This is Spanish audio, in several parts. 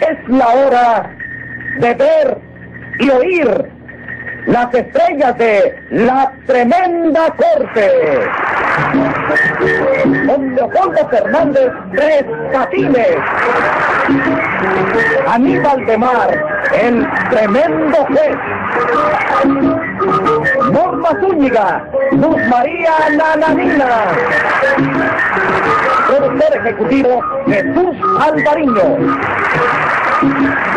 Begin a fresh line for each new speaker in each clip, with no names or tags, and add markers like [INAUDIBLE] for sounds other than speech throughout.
Es la hora de ver y oír las estrellas de la tremenda corte. Don Leopoldo Fernández Tres Catines. Aníbal de Mar, el tremendo juez. Norma Zúñiga, Luz María Nananina. Productor ejecutivo Jesús Alvariño.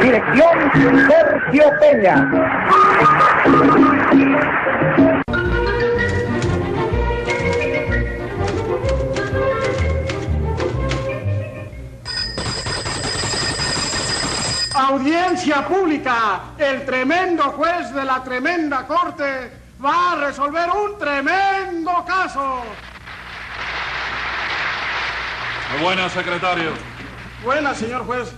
Dirección Sergio Peña.
Audiencia pública. El tremendo juez de la tremenda corte va a resolver un tremendo caso.
Buenas, secretario.
Buenas, señor juez.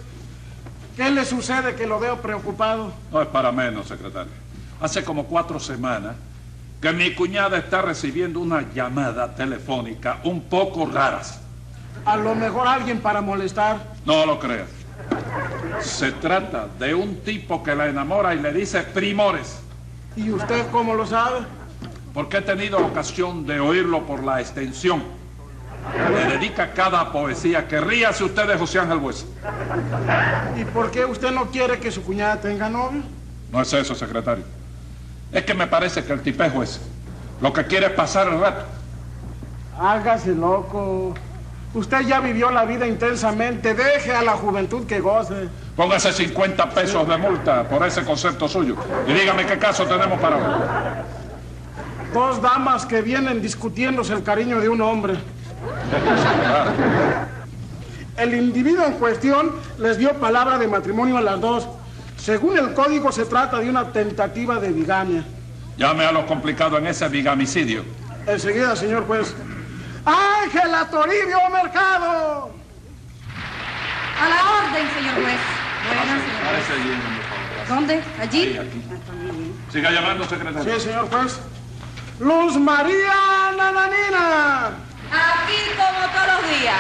¿Qué le sucede que lo veo preocupado?
No es para menos, secretario. Hace como cuatro semanas que mi cuñada está recibiendo una llamada telefónica un poco raras.
A lo mejor alguien para molestar.
No lo creas. Se trata de un tipo que la enamora y le dice primores,
¿Y usted cómo lo sabe?
porque he tenido ocasión de oírlo por la extensión. Le dedica cada poesía que ríase usted de José Ángel Buesa.
¿Y por qué usted no quiere que su cuñada tenga novio?
No es eso, secretario. Es que me parece que el tipejo es lo que quiere es pasar el rato.
Hágase loco. Usted ya vivió la vida intensamente. Deje a la juventud que goce.
Póngase 50 pesos de multa por ese concepto suyo. Y dígame qué caso tenemos para hoy.
Dos damas que vienen discutiéndose el cariño de un hombre. El individuo en cuestión les dio palabra de matrimonio a las dos. Según el código se trata de una tentativa de bigamia.
Llame a lo complicado en ese bigamicidio.
Enseguida, señor juez. Ángela Toribio Mercado.
A la orden, señor juez. Buenas, señor juez. ¿Dónde? ¿Allí?
Sí, aquí.
Ah, ¿eh?
Siga llamando, secretario.
Sí, señor juez. Luz María Nananina.
Aquí como todos los días.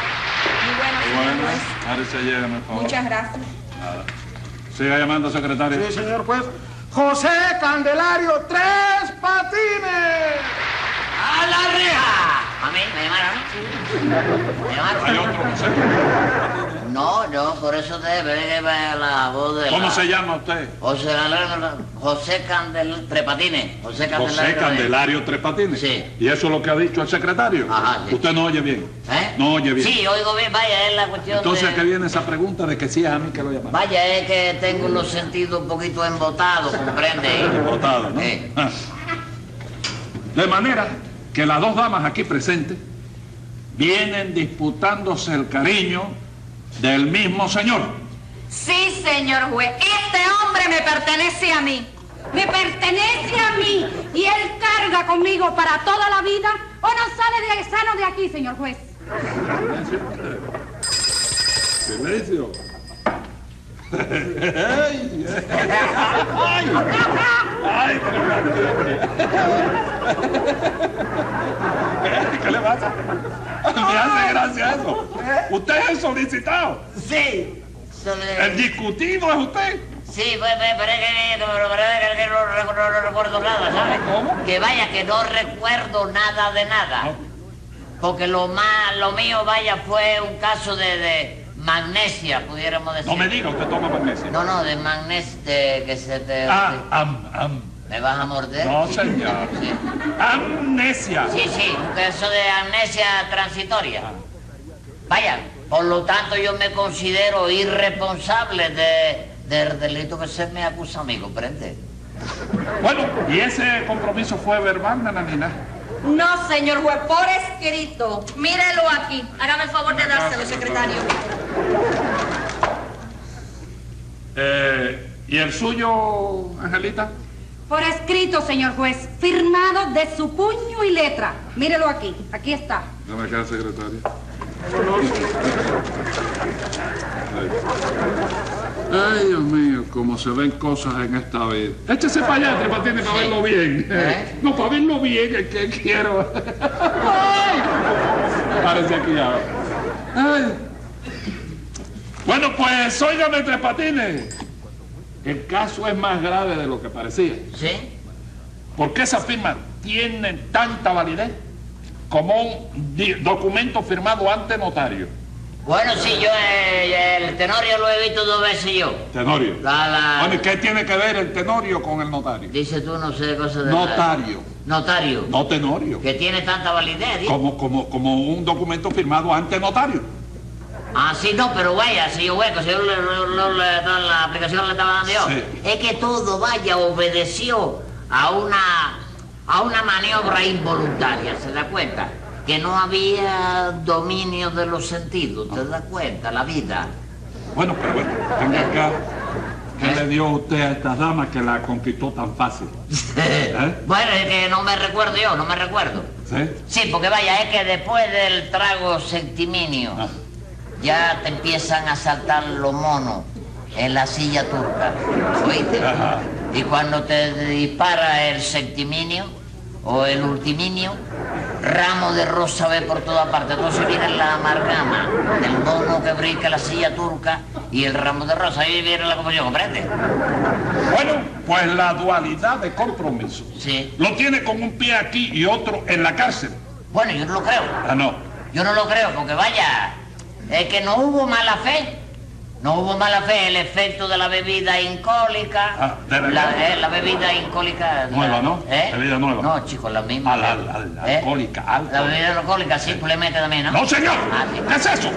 Muy bueno, señor
Bueno,
juez.
párese allí, por favor.
Muchas gracias.
Siga llamando, secretario.
Sí, señor juez. José Candelario, tres patines.
¡A la reja! ¿A mí? ¿Me llamaron? ¿Me
Hay
llamaron?
otro concepto.
No, yo por eso te veré la voz de la-
¿Cómo se llama usted?
José Candelario, José Candelario, Trepatines, José Candelario.
José
de-
Candelario Tres Patines.
Sí.
Y eso es lo que ha dicho el secretario.
Ajá, sí.
Usted no oye bien.
¿Eh?
No oye bien.
Sí, oigo bien, vaya, es la cuestión
Entonces,
de...
¿qué viene esa pregunta de que sí es a mí que lo llamaron?
Vaya, es que tengo los sentidos un poquito embotados,
[LAUGHS]
¿comprende?
Votado, ¿no?
Sí.
Ah. [LAUGHS] De manera que las dos damas aquí presentes vienen disputándose el cariño del mismo señor.
Sí, señor juez. Este hombre me pertenece a mí.
me pertenece a mí y él carga conmigo para toda la vida o no sale de sano de aquí, señor juez.
Silencio. ¿Qué le pasa? [LAUGHS] ¿Eh? Me hace gracia eso. Usted es el solicitado.
Sí. Eso le-
El discutido es usted.
Sí, pues, pues, pero es que, no, pero es que no, recu- no- no recuerdo nada, ¿sabes?
¿Cómo?
Que vaya, que no recuerdo nada de nada. Porque lo más, lo mío, vaya, fue un caso de, de magnesia, pudiéramos decir.
No me diga, usted toma magnesio.
No, no, de magnesia que se te...
Ah, am, am.
¿Me vas a morder?
No, señor.
Sí,
Amnesia.
sí, sí, un caso de amnesia transitoria.
Ah.
Vaya, por lo tanto yo me considero irresponsable de, del delito que se me acusa a mí, ¿comprende?
Bueno, y ese compromiso fue verbal, nananina.
No, señor juez, por escrito. Mírelo aquí. Hágame el favor de dárselo, secretario.
Eh, ¿Y el suyo, Angelita?
Por escrito, señor juez, firmado de su puño y letra. Mírelo aquí, aquí está.
No me queda secretaria. Ay, Dios mío, cómo se ven cosas en esta vida. Échese para allá, Tres Patines, para verlo bien.
¿Eh?
No, para verlo bien, es que quiero. Ay, párese aquí ahora. Ay. Bueno, pues, óigame, Tres Patines. El caso es más grave de lo que parecía.
¿Sí?
¿Por qué esa firma tiene tanta validez como un di- documento firmado ante notario?
Bueno, sí, yo eh, el tenorio lo he visto dos veces yo.
Tenorio.
La, la-
Bueno, ¿y qué tiene que ver el tenorio con el notario?
Dice tú no sé cosas de...
Notario.
Notario.
No tenorio.
Que tiene tanta validez, ¿eh?
Como, como, como un documento firmado ante notario.
Ah, sí, no, pero vaya, si yo hueco, si yo le, le- le- le- la aplicación le estaba dando yo.
Sí.
Es que todo, vaya, obedeció a una, a una maniobra involuntaria, ¿se da cuenta? Que no había dominio de los sentidos, ¿te das cuenta? La vida.
Bueno, pero bueno, venga acá. ¿Qué
¿Eh?
le dio usted a esta dama que la conquistó tan fácil?
Bueno, es que no me recuerdo yo, no me recuerdo.
¿Sí?
Sí, porque vaya, es que después del trago sentiminio
Ah.
ya te empiezan a saltar los monos en la silla turca, ¿oíste?
Ajá.
Y cuando te dispara el sentiminio o el ultiminio, ramo de rosa ve por toda parte. Entonces viene la amalgama del mono que brinca la silla turca y el ramo de rosa. Ahí viene la confusión, ¿comprende?
Bueno, pues la dualidad de compromiso.
Sí.
Lo tiene con un pie aquí y otro en la cárcel.
Bueno, yo no lo creo.
Ah, no.
Yo no lo creo, porque vaya, es que no hubo mala fe. No hubo mala fe, el efecto de la bebida incólica.
Ah, de la-
eh, la bebida incólica. la-
Nueva, ¿no?
¿Eh?
Bebida nueva.
No, chicos, la misma.
Ah, la- la- la alcohólica, alcohólica.
La bebida alcohólica, simplemente también, ¿no?
No, señor.
Ah, sí.
¿Qué es eso?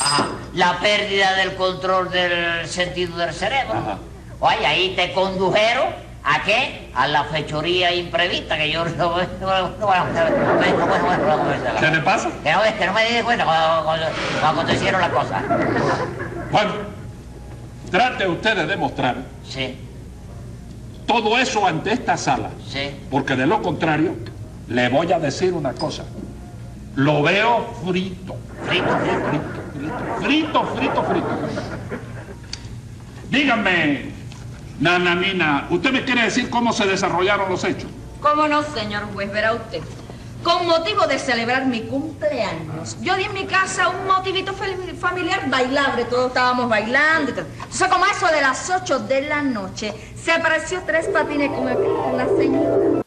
Ajá. La pérdida del control del sentido del cerebro.
Ajá.
Oye, ahí te condujeron a qué? A la fechoría imprevista que yo no bueno, bueno, bueno, bueno, bueno, bueno.
¿Qué le pasa?
Que no, que este, no me di cuenta cuando, cuando- cuando acontecieron las cosas.
Bueno, trate usted de demostrar
Sí,
todo eso ante esta sala.
sí.
Porque de lo contrario, le voy a decir una cosa. Lo veo frito.
Frito, frito.
Frito, frito, frito, frito. Dígame, Nananina, ¿usted me quiere decir cómo se desarrollaron los hechos?
¿Cómo no, señor juez? Verá usted. Con motivo de celebrar mi cumpleaños, yo di en mi casa un motivito fel- familiar bailable. Todos estábamos bailando. y tal. Entonces, como a eso de las 8 de la noche, se apareció tres patines con aquel- con la señora.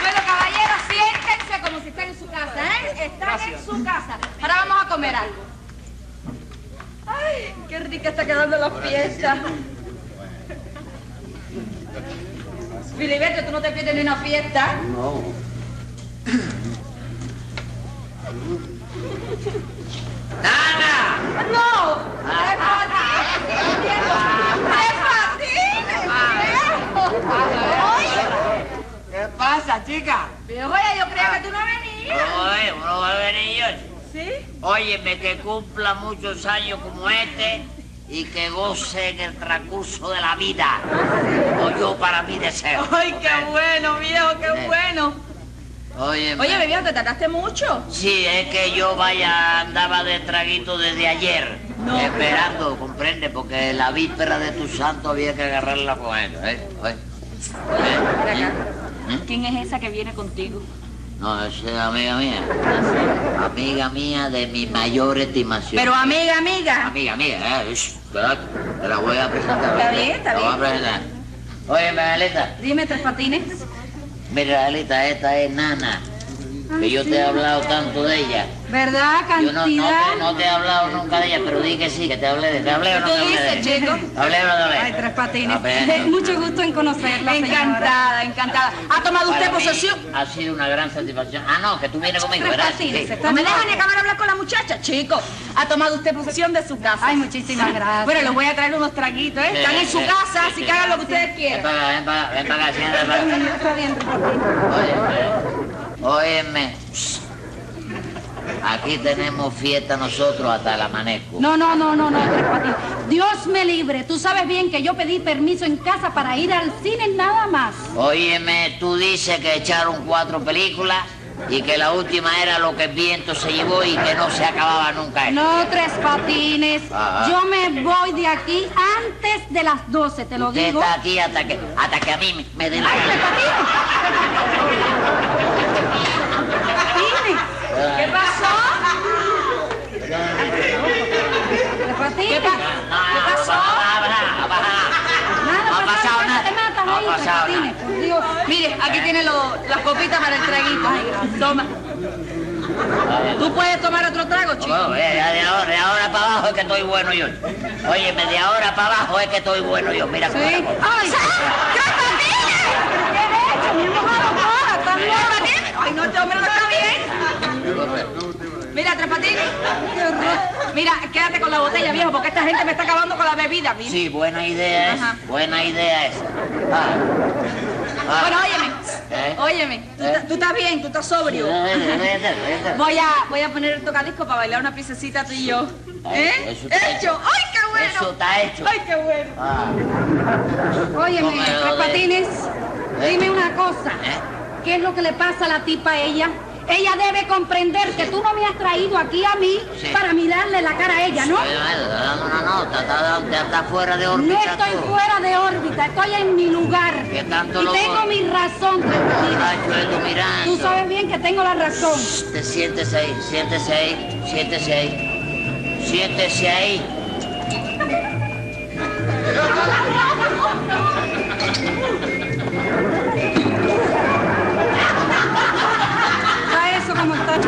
Bueno, caballeros, siéntense como si estén en su casa, ¿eh? Están en su casa. Ahora vamos a comer algo.
Ay, qué rica está quedando la fiesta.
Filiberto, tú no te pierdes ni una fiesta.
¡Nana!
¡No! ¡Tres patines! ¡Tres patines!
Ah.
¡Oye!
¿Qué pasa, chica?
Viejo, ya yo creía que tú no venías.
¿Cómo es? ¿Cómo va a venir yo?
¿Sí?
Óyeme, que cumpla muchos años como este y que goce en el transcurso de la vida. O yo para mi deseo.
¡Ay, qué bueno, viejo,
Sí.
qué bueno!
Óyeme.
Oye, mi viejo, ¿te tardaste mucho?
Sí, es que yo vaya, andaba de traguito desde ayer. Esperando, comprende, porque la víspera de tu santo había que agarrarla con él. ¿eh? Oye, ¿eh? ¿Mm?
¿Quién es esa que viene contigo?
No, esa es amiga mía. Amiga mía de mi mayor estimación.
Pero amiga, amiga.
Amiga, amiga, eh, shh, ¿verdad? Te la voy a presentar.
Está
¿oíste?
bien, está
Te la voy a
bien.
presentar. Oye, Alita,
Dime, tres patines.
mira, Alita, esta es Nana. que yo
Ah,
te he hablado tanto de ella.
¿Verdad,
Yo no, no
cantidad?
te, no te he hablado nunca de ella, pero di que sí, que te hablé de ¿Te hablé o no
¿Tú
te hablé de
dices,
ella?
chico?
¿Hablé o no te hablé?
Ay, tres patines.
Ah,
[LAUGHS]
bueno.
Mucho gusto en conocerla, señora.
Encantada, encantada. ¿Ha tomado usted
Para mí
posesión?
Ha sido una gran satisfacción. Ah, no, que tú vienes conmigo,
Tres
¿verdad?
patines,
Sí.
está-
No me dejan ni acabar de hablar con la muchacha, chico. Ha tomado usted posesión de su casa.
Ay, muchísimas gracias.
Bueno, les voy a traer unos traguitos, ¿eh?
Sí,
Están en su
sí,
casa,
sí,
así
sí.
que hagan lo que ustedes
Ven
quieran.
para acá, ven para acá, ven para acá, siéntate para acá.
Está bien, Tres Patines.
Óyeme, óyeme. Psst. Aquí tenemos fiesta nosotros hasta el amaneco.
No, no, no, no, no, Tres Patines. Dios me libre. Tú sabes bien que yo pedí permiso en casa para ir al cine nada más.
Óyeme, tú dices que echaron cuatro películas y que la última era lo que el viento se llevó y que no se acababa nunca. esto.
No, Tres Patines.
Ah.
Yo me voy de aquí antes de las 12, te lo
Usted
digo.
está aquí hasta que, hasta que a mí me, me dé la
¡Ay,
gana.
Tres Patines! ¡Tres
Ah,
Patines! ¿Qué pasó? Tres Patines. pues,
No,
Nada,
no, no, no, no, no, no, no ha pasado
pasado,
nada.
te matas
No ha
ahí, Tres
pasado nada.
Patines, por Dios.
Mire, aquí tiene lo- las copitas para el traguito. Toma. ¿Tú puedes tomar otro trago, chico?
Oh, eh, ya de ahora, de ahora para abajo es que estoy bueno yo. Óyeme, de ahora para abajo es que estoy bueno yo. Mira
Sí.
cómo la
¡Ay!
cosa.
¡Tres Patines! ¿Qué has hecho? ¡Me he mojado toda! ¡Estás loca!
Ay, no, este hombre no está bien. Mira, Tres Patines. Mira, quédate con la botella, viejo, porque esta gente me está acabando con la bebida, mira.
Sí, buena idea esa,
Ajá.
buena idea esa. Ah. Ah.
Bueno, óyeme.
¿Eh?
Óyeme, tú, estás- tú estás bien, tú estás sobrio.
eh,
Voy a, voy a poner el tocadisco para bailar una piececita tú y yo.
Ay,
¿Eh?
eso está
¡Hecho!
hecho.
¡Ay, qué bueno!
Eso está hecho.
¡Ay, qué bueno!
Ah.
Óyeme,
Cómelo
Tres
de-
Patines,
¿Eh?
dime una cosa.
¿Eh?
¿Qué es lo que le pasa a la tipa a ella? Ella debe comprender que tú no me has traído aquí a mí
Sí.
para mirarle la cara a ella, ¿no?
Oye, oye, está dando una nota, está, dando- ya está fuera de
No
órbita.
estoy
tú.
fuera de órbita, estoy en mi lugar.
¿Qué tanto
y
lo-
tengo mi razón, Tres Patines.
Ay, yo estoy mirando.
Tú sabes bien que tengo la razón.
Te siéntese ahí, siéntese ahí, siéntese ahí. Siéntese ahí.
Está eso como está.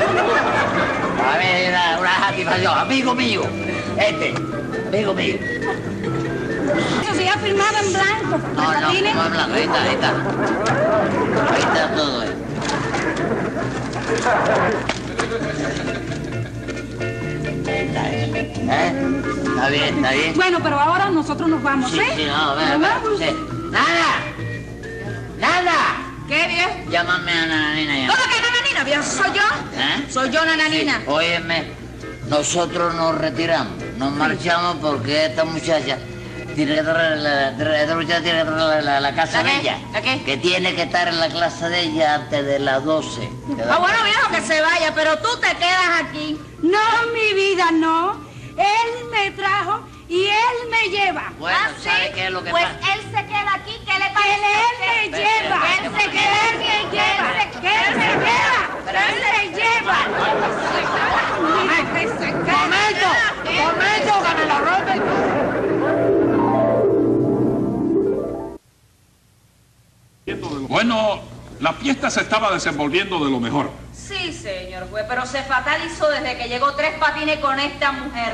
A ver, una, una satisfacción. Amigo mío, este, amigo mío.
Eso se ha firmado en blanco. Tres
No, no,
Patines.
no hablando, ahí está, ahí está. Ahí está todo, eh. Ahí está, eh. ¿Eh? Está bien, está bien.
Bueno, pero ahora nosotros nos vamos,
Sí,
¿eh?
sí, no, ve,
Nos
ve,
vamos.
sí. ¡Nada! ¡Nada!
¿Qué, viejo?
Llámame a Nananina ya.
¿Cómo que nananina, viejo? ¿Soy yo?
¿Eh?
Soy yo, nananina.
Óyeme, nosotros nos retiramos, nos marchamos porque esta muchacha tiene que traer la, tra- esta muchacha tiene que traer la, la casa
¿La qué?
de ella.
¿La qué?
Que tiene que estar en la clase de ella antes de las 12.
Ah, bueno, viejo, que se vaya, pero tú te quedas aquí.
No, mi vida, no. Él me trajo y él me lleva.
Bueno,
Ah, sí.
¿sabe qué es lo que
pues
pasa?
él se queda aquí, ¿qué le pasa? Él, me
Ve,
lleva.
ve,
Él
ve,
se
ve,
queda aquí, él me lleva. Él se queda. Él me lleva. Él se queda.
¡Momento! ¡Momento, que me lo rompen!
Bueno, la fiesta se estaba desenvolviendo de lo mejor.
Sí, señor juez, pero se fatalizó desde que llegó tres patines con esta mujer.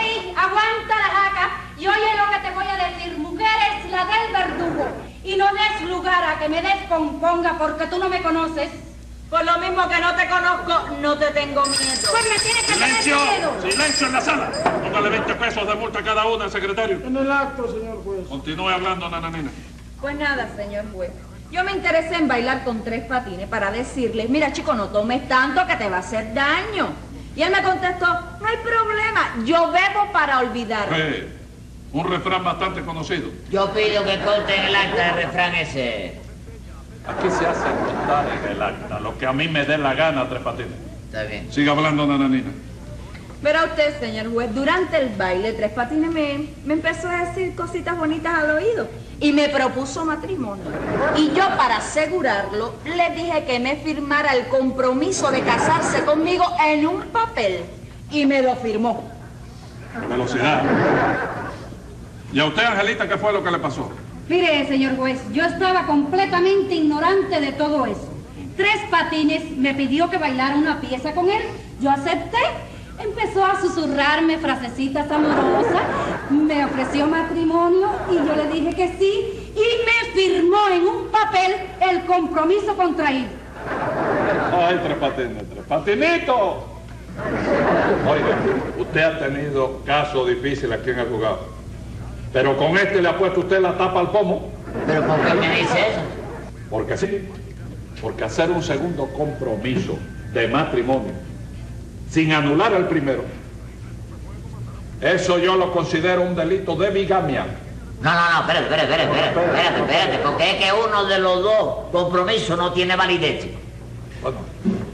¡Ey! Aguanta la jaca y oye lo que te voy a decir. Mujer es la del verdugo. Y no des lugar a que me descomponga porque tú no me conoces.
Por lo mismo que no te conozco, no te tengo miedo.
Pues me tienes que tener
¡Silencio!
miedo.
¡Silencio en la sala! Póngale 20 pesos de multa a cada una, secretario.
En el acto, señor juez.
Continúe hablando, nananina.
Pues nada, señor juez. Yo me interesé en bailar con tres patines para decirle, mira chico, no tomes tanto que te va a hacer daño. Y él me contestó, no hay problema, yo bebo para olvidar.
Eh, un refrán bastante conocido.
Yo pido que corten el acta de refrán ese.
Aquí se hace contar en el acta, lo que a mí me dé la gana, Tres Patines.
Está bien.
Siga hablando, nananina.
Verá usted, señor juez, durante el baile Tres Patines me, me empezó a decir cositas bonitas al oído y me propuso matrimonio. Y yo para asegurarlo le dije que me firmara el compromiso de casarse conmigo en un papel y me lo firmó.
Velocidad. ¿Y a usted, Angelita, qué fue lo que le pasó?
Mire, señor juez, yo estaba completamente ignorante de todo eso. Tres Patines me pidió que bailara una pieza con él. Yo acepté. Empezó a susurrarme frasecitas amorosas. Me ofreció matrimonio y yo le dije que sí. Y me firmó en un papel el compromiso contraído.
Ay, tres patines, tres patinito. Oiga, usted ha tenido caso difícil aquí en el juzgado. Pero con este le ha puesto usted la tapa al pomo.
¿Pero por qué me dice eso?
Porque sí. Porque hacer un segundo compromiso de matrimonio sin anular el primero. Eso yo lo considero un delito de bigamia.
No, no, no, espérate, espérate, espérate, espérate, espérate, espérate, porque es que uno de los dos compromisos no tiene validez. chico.
Bueno,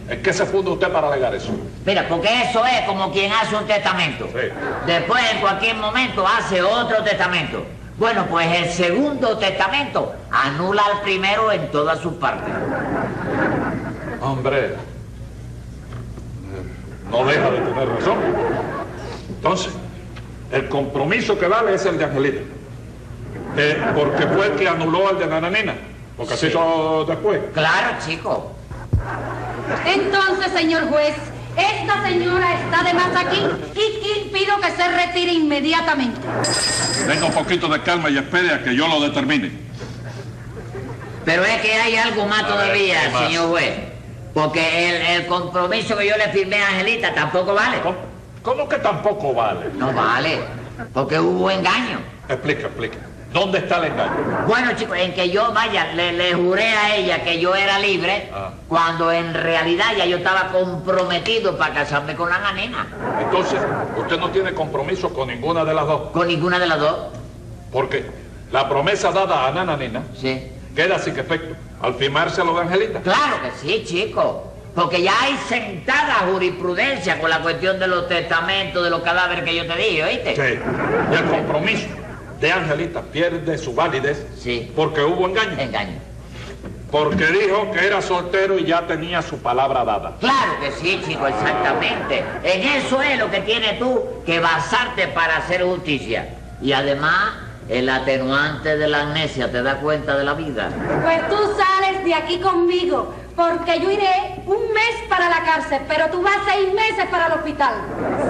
¿en qué se funda usted para alegar eso?
Mira, porque eso es como quien hace un testamento.
Sí.
Después, en cualquier momento, hace otro testamento. Bueno, pues el segundo testamento anula al primero en todas sus partes.
Hombre, no deja de tener razón. Entonces, el compromiso que vale es el de Angelita. Eh, porque fue el que anuló al de Nananina. Porque así hizo después.
Claro, chico.
Entonces, señor juez, esta señora está de más aquí y, y pido que se retire inmediatamente.
Tenga un poquito de calma y espere a que yo lo determine.
Pero es que hay algo más
A ver,
todavía,
¿qué más?
señor juez. Porque el, el compromiso que yo le firmé a Angelita tampoco vale.
¿Cómo, cómo que tampoco vale?
No vale, porque hubo engaño.
Explica, explica. ¿Dónde está el engaño?
Bueno, chicos, en que yo, vaya, le, le juré a ella que yo era libre,
Ah.
cuando en realidad ya yo estaba comprometido para casarme con la nanina.
Entonces, usted no tiene compromiso con ninguna de las dos.
Con ninguna de las dos,
Porque la promesa dada a Nananina
sí.
queda sin efecto al firmárselo de Angelita.
Claro que sí, chico. Porque ya hay sentada jurisprudencia con la cuestión de los testamentos, de los cadáveres que yo te dije, ¿oíste?
Sí. Y el compromiso de Angelita pierde su validez
Sí.
porque hubo engaño.
Engaño.
Porque dijo que era soltero y ya tenía su palabra dada.
Claro que sí, chico, exactamente. En eso es lo que tienes tú que basarte para hacer justicia. Y además, el atenuante de la amnesia te da cuenta de la vida.
Pues tú sales de aquí conmigo, porque yo iré un mes para la cárcel, pero tú vas seis meses para el hospital.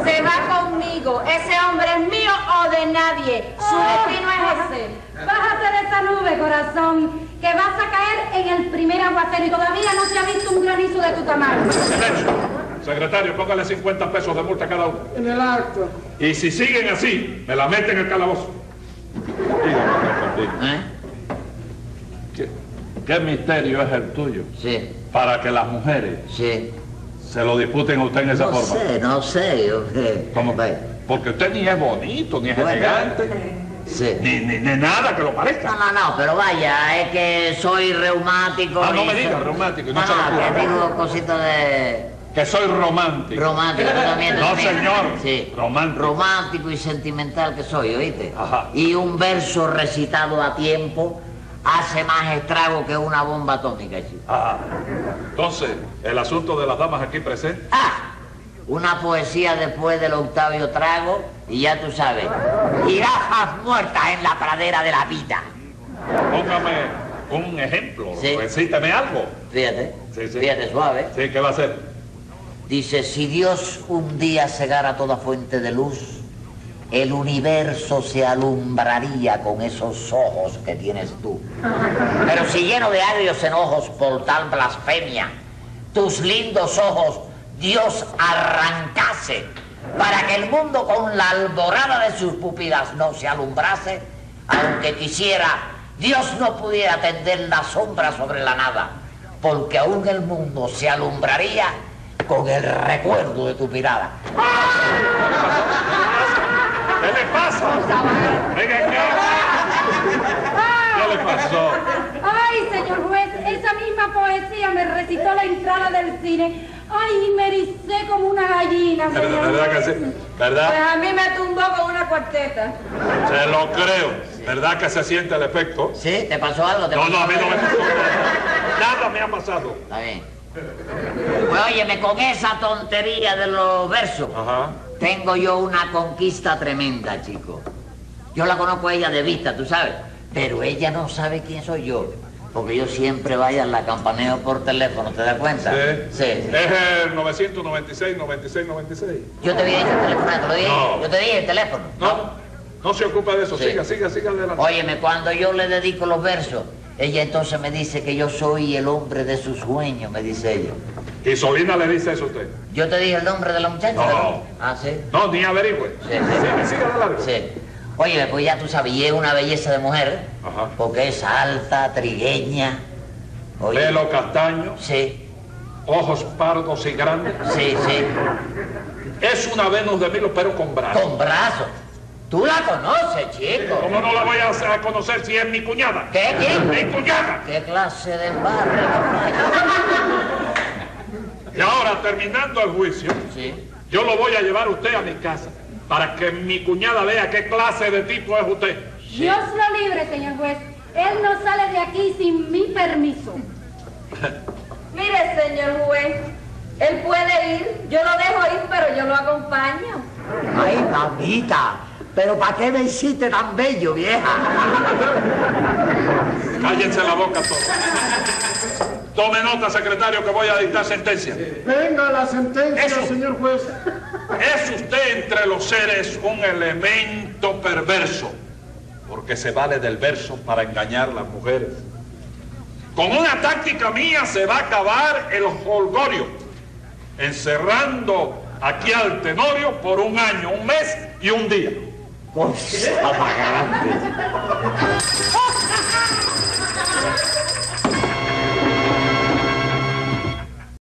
Se va conmigo. Ese hombre es mío o de nadie. Su destino es ese.
Bájate de esa nube, corazón, que vas a caer en el primer aguacero y todavía no se ha visto un granizo de tu tamaño.
Silencio. Secretario, póngale 50 pesos de multa a cada uno.
En el acto.
Y si siguen así, me la meten en el calabozo. Dígame,
¿Eh?
¿qué, qué misterio es el tuyo
Sí,
para que las mujeres
sí.
se lo disputen a usted en esa
No
forma?
sé, no sé. Yo,
¿Cómo?
Vaya,
Porque usted ni es bonito, ni es
Bueno.
elegante,
Sí.
ni, ni- ni nada que lo
No,
parezca.
no, no, pero vaya, es que soy reumático.
Ah, no
y
me
so-
diga reumático, y no
No,
se lo
no,
cura.
que digo cositas de...
Que soy romántico.
Romántico, yo también. yo
No,
también.
señor.
Sí.
Romántico.
Romántico y sentimental que soy, ¿oíste?
Ajá.
Y un verso recitado a tiempo hace más estrago que una bomba atómica, chico.
Ah, entonces, el asunto de las damas aquí presentes.
Ah, una poesía después del octavio trago y ya tú sabes, jirafas muertas en la pradera de la vida.
Póngame un ejemplo.
Sí.
Recítame algo.
Fíjate,
Sí, sí.
fíjate suave.
Sí, ¿qué va a hacer?
Dice, si Dios un día cegara toda fuente de luz, el universo se alumbraría con esos ojos que tienes tú. Pero si lleno de agrios enojos por tal blasfemia, tus lindos ojos Dios arrancase para que el mundo con la alborada de sus pupilas no se alumbrase, aunque quisiera, Dios no pudiera tender la sombra sobre la nada, porque aún el mundo se alumbraría con el recuerdo de tu mirada.
¿Qué le pasa? Venga acá. ¿Qué le pasó?
Ay, señor juez, esa misma poesía me recitó la entrada del cine Ay, me ericé como una gallina,
¿Verdad,
señor.
verdad que sí?
Pues
¿Verdad?
a mí me tumbó con una cuarteta.
Se lo creo. ¿Verdad que se siente el efecto?
¿Sí? ¿Te pasó algo? ¿Te
No,
pasó
no, a mí no me
algo?
pasó nada. Nada me ha pasado.
Está bien. Pues óyeme, con esa tontería de los versos,
Ajá.
tengo yo una conquista tremenda, chico. Yo la conozco a ella de vista, tú sabes, pero ella no sabe quién soy yo. Porque yo siempre vaya la campaneo por teléfono, ¿te das cuenta? Sí, sí.
Es el 996, 96, 96.
Yo te dije el teléfono, te lo dije.
No.
Yo te dije el teléfono.
No, no se ocupa de eso.
Sí.
Siga, siga, siga adelante.
Óyeme, cuando yo le dedico los versos, ella entonces me dice que yo soy el hombre de sus sueños, me dice ella.
Y Solina le dice eso a usted.
Yo te dije el nombre de la muchacha.
No.
¿verdad? Ah, sí.
No, ni averigüe.
Sí, sí.
Siga, siga adelante.
Sí. Oye, pues ya tú sabes, y es una belleza de mujer, ¿eh?
Ajá.
porque es alta, trigueña. Oye,
Pelo castaño,
Sí,
ojos pardos y grandes.
sí, sí.
Es una Venus de Milo, pero con brazos.
Con brazos. Tú la conoces, chico.
¿Cómo no la voy a a conocer si es mi cuñada?
¿Qué, qué?
¡Mi cuñada!
¿Qué clase de embarre, caballo?
Y ahora, terminando el juicio,
Sí.
yo lo voy a llevar a usted a mi casa para que mi cuñada vea qué clase de tipo es usted.
Dios lo libre, señor juez. Él no sale de aquí sin mi
[LAUGHS]
permiso.
Mire, señor juez, él puede ir, yo lo dejo ir, pero yo lo acompaño.
Ay, mamita, pero ¿para qué me hiciste tan bello, vieja?
Cállense la boca todos. Tome nota, secretario, que voy a dictar sentencia.
Venga la sentencia,
Eso.
señor juez.
Es usted entre los seres un elemento perverso, porque se vale del verso para engañar a las mujeres. Con una táctica mía se va a acabar el holgorio, encerrando aquí al Tenorio por un año, un mes y un día.
Cosa más grande.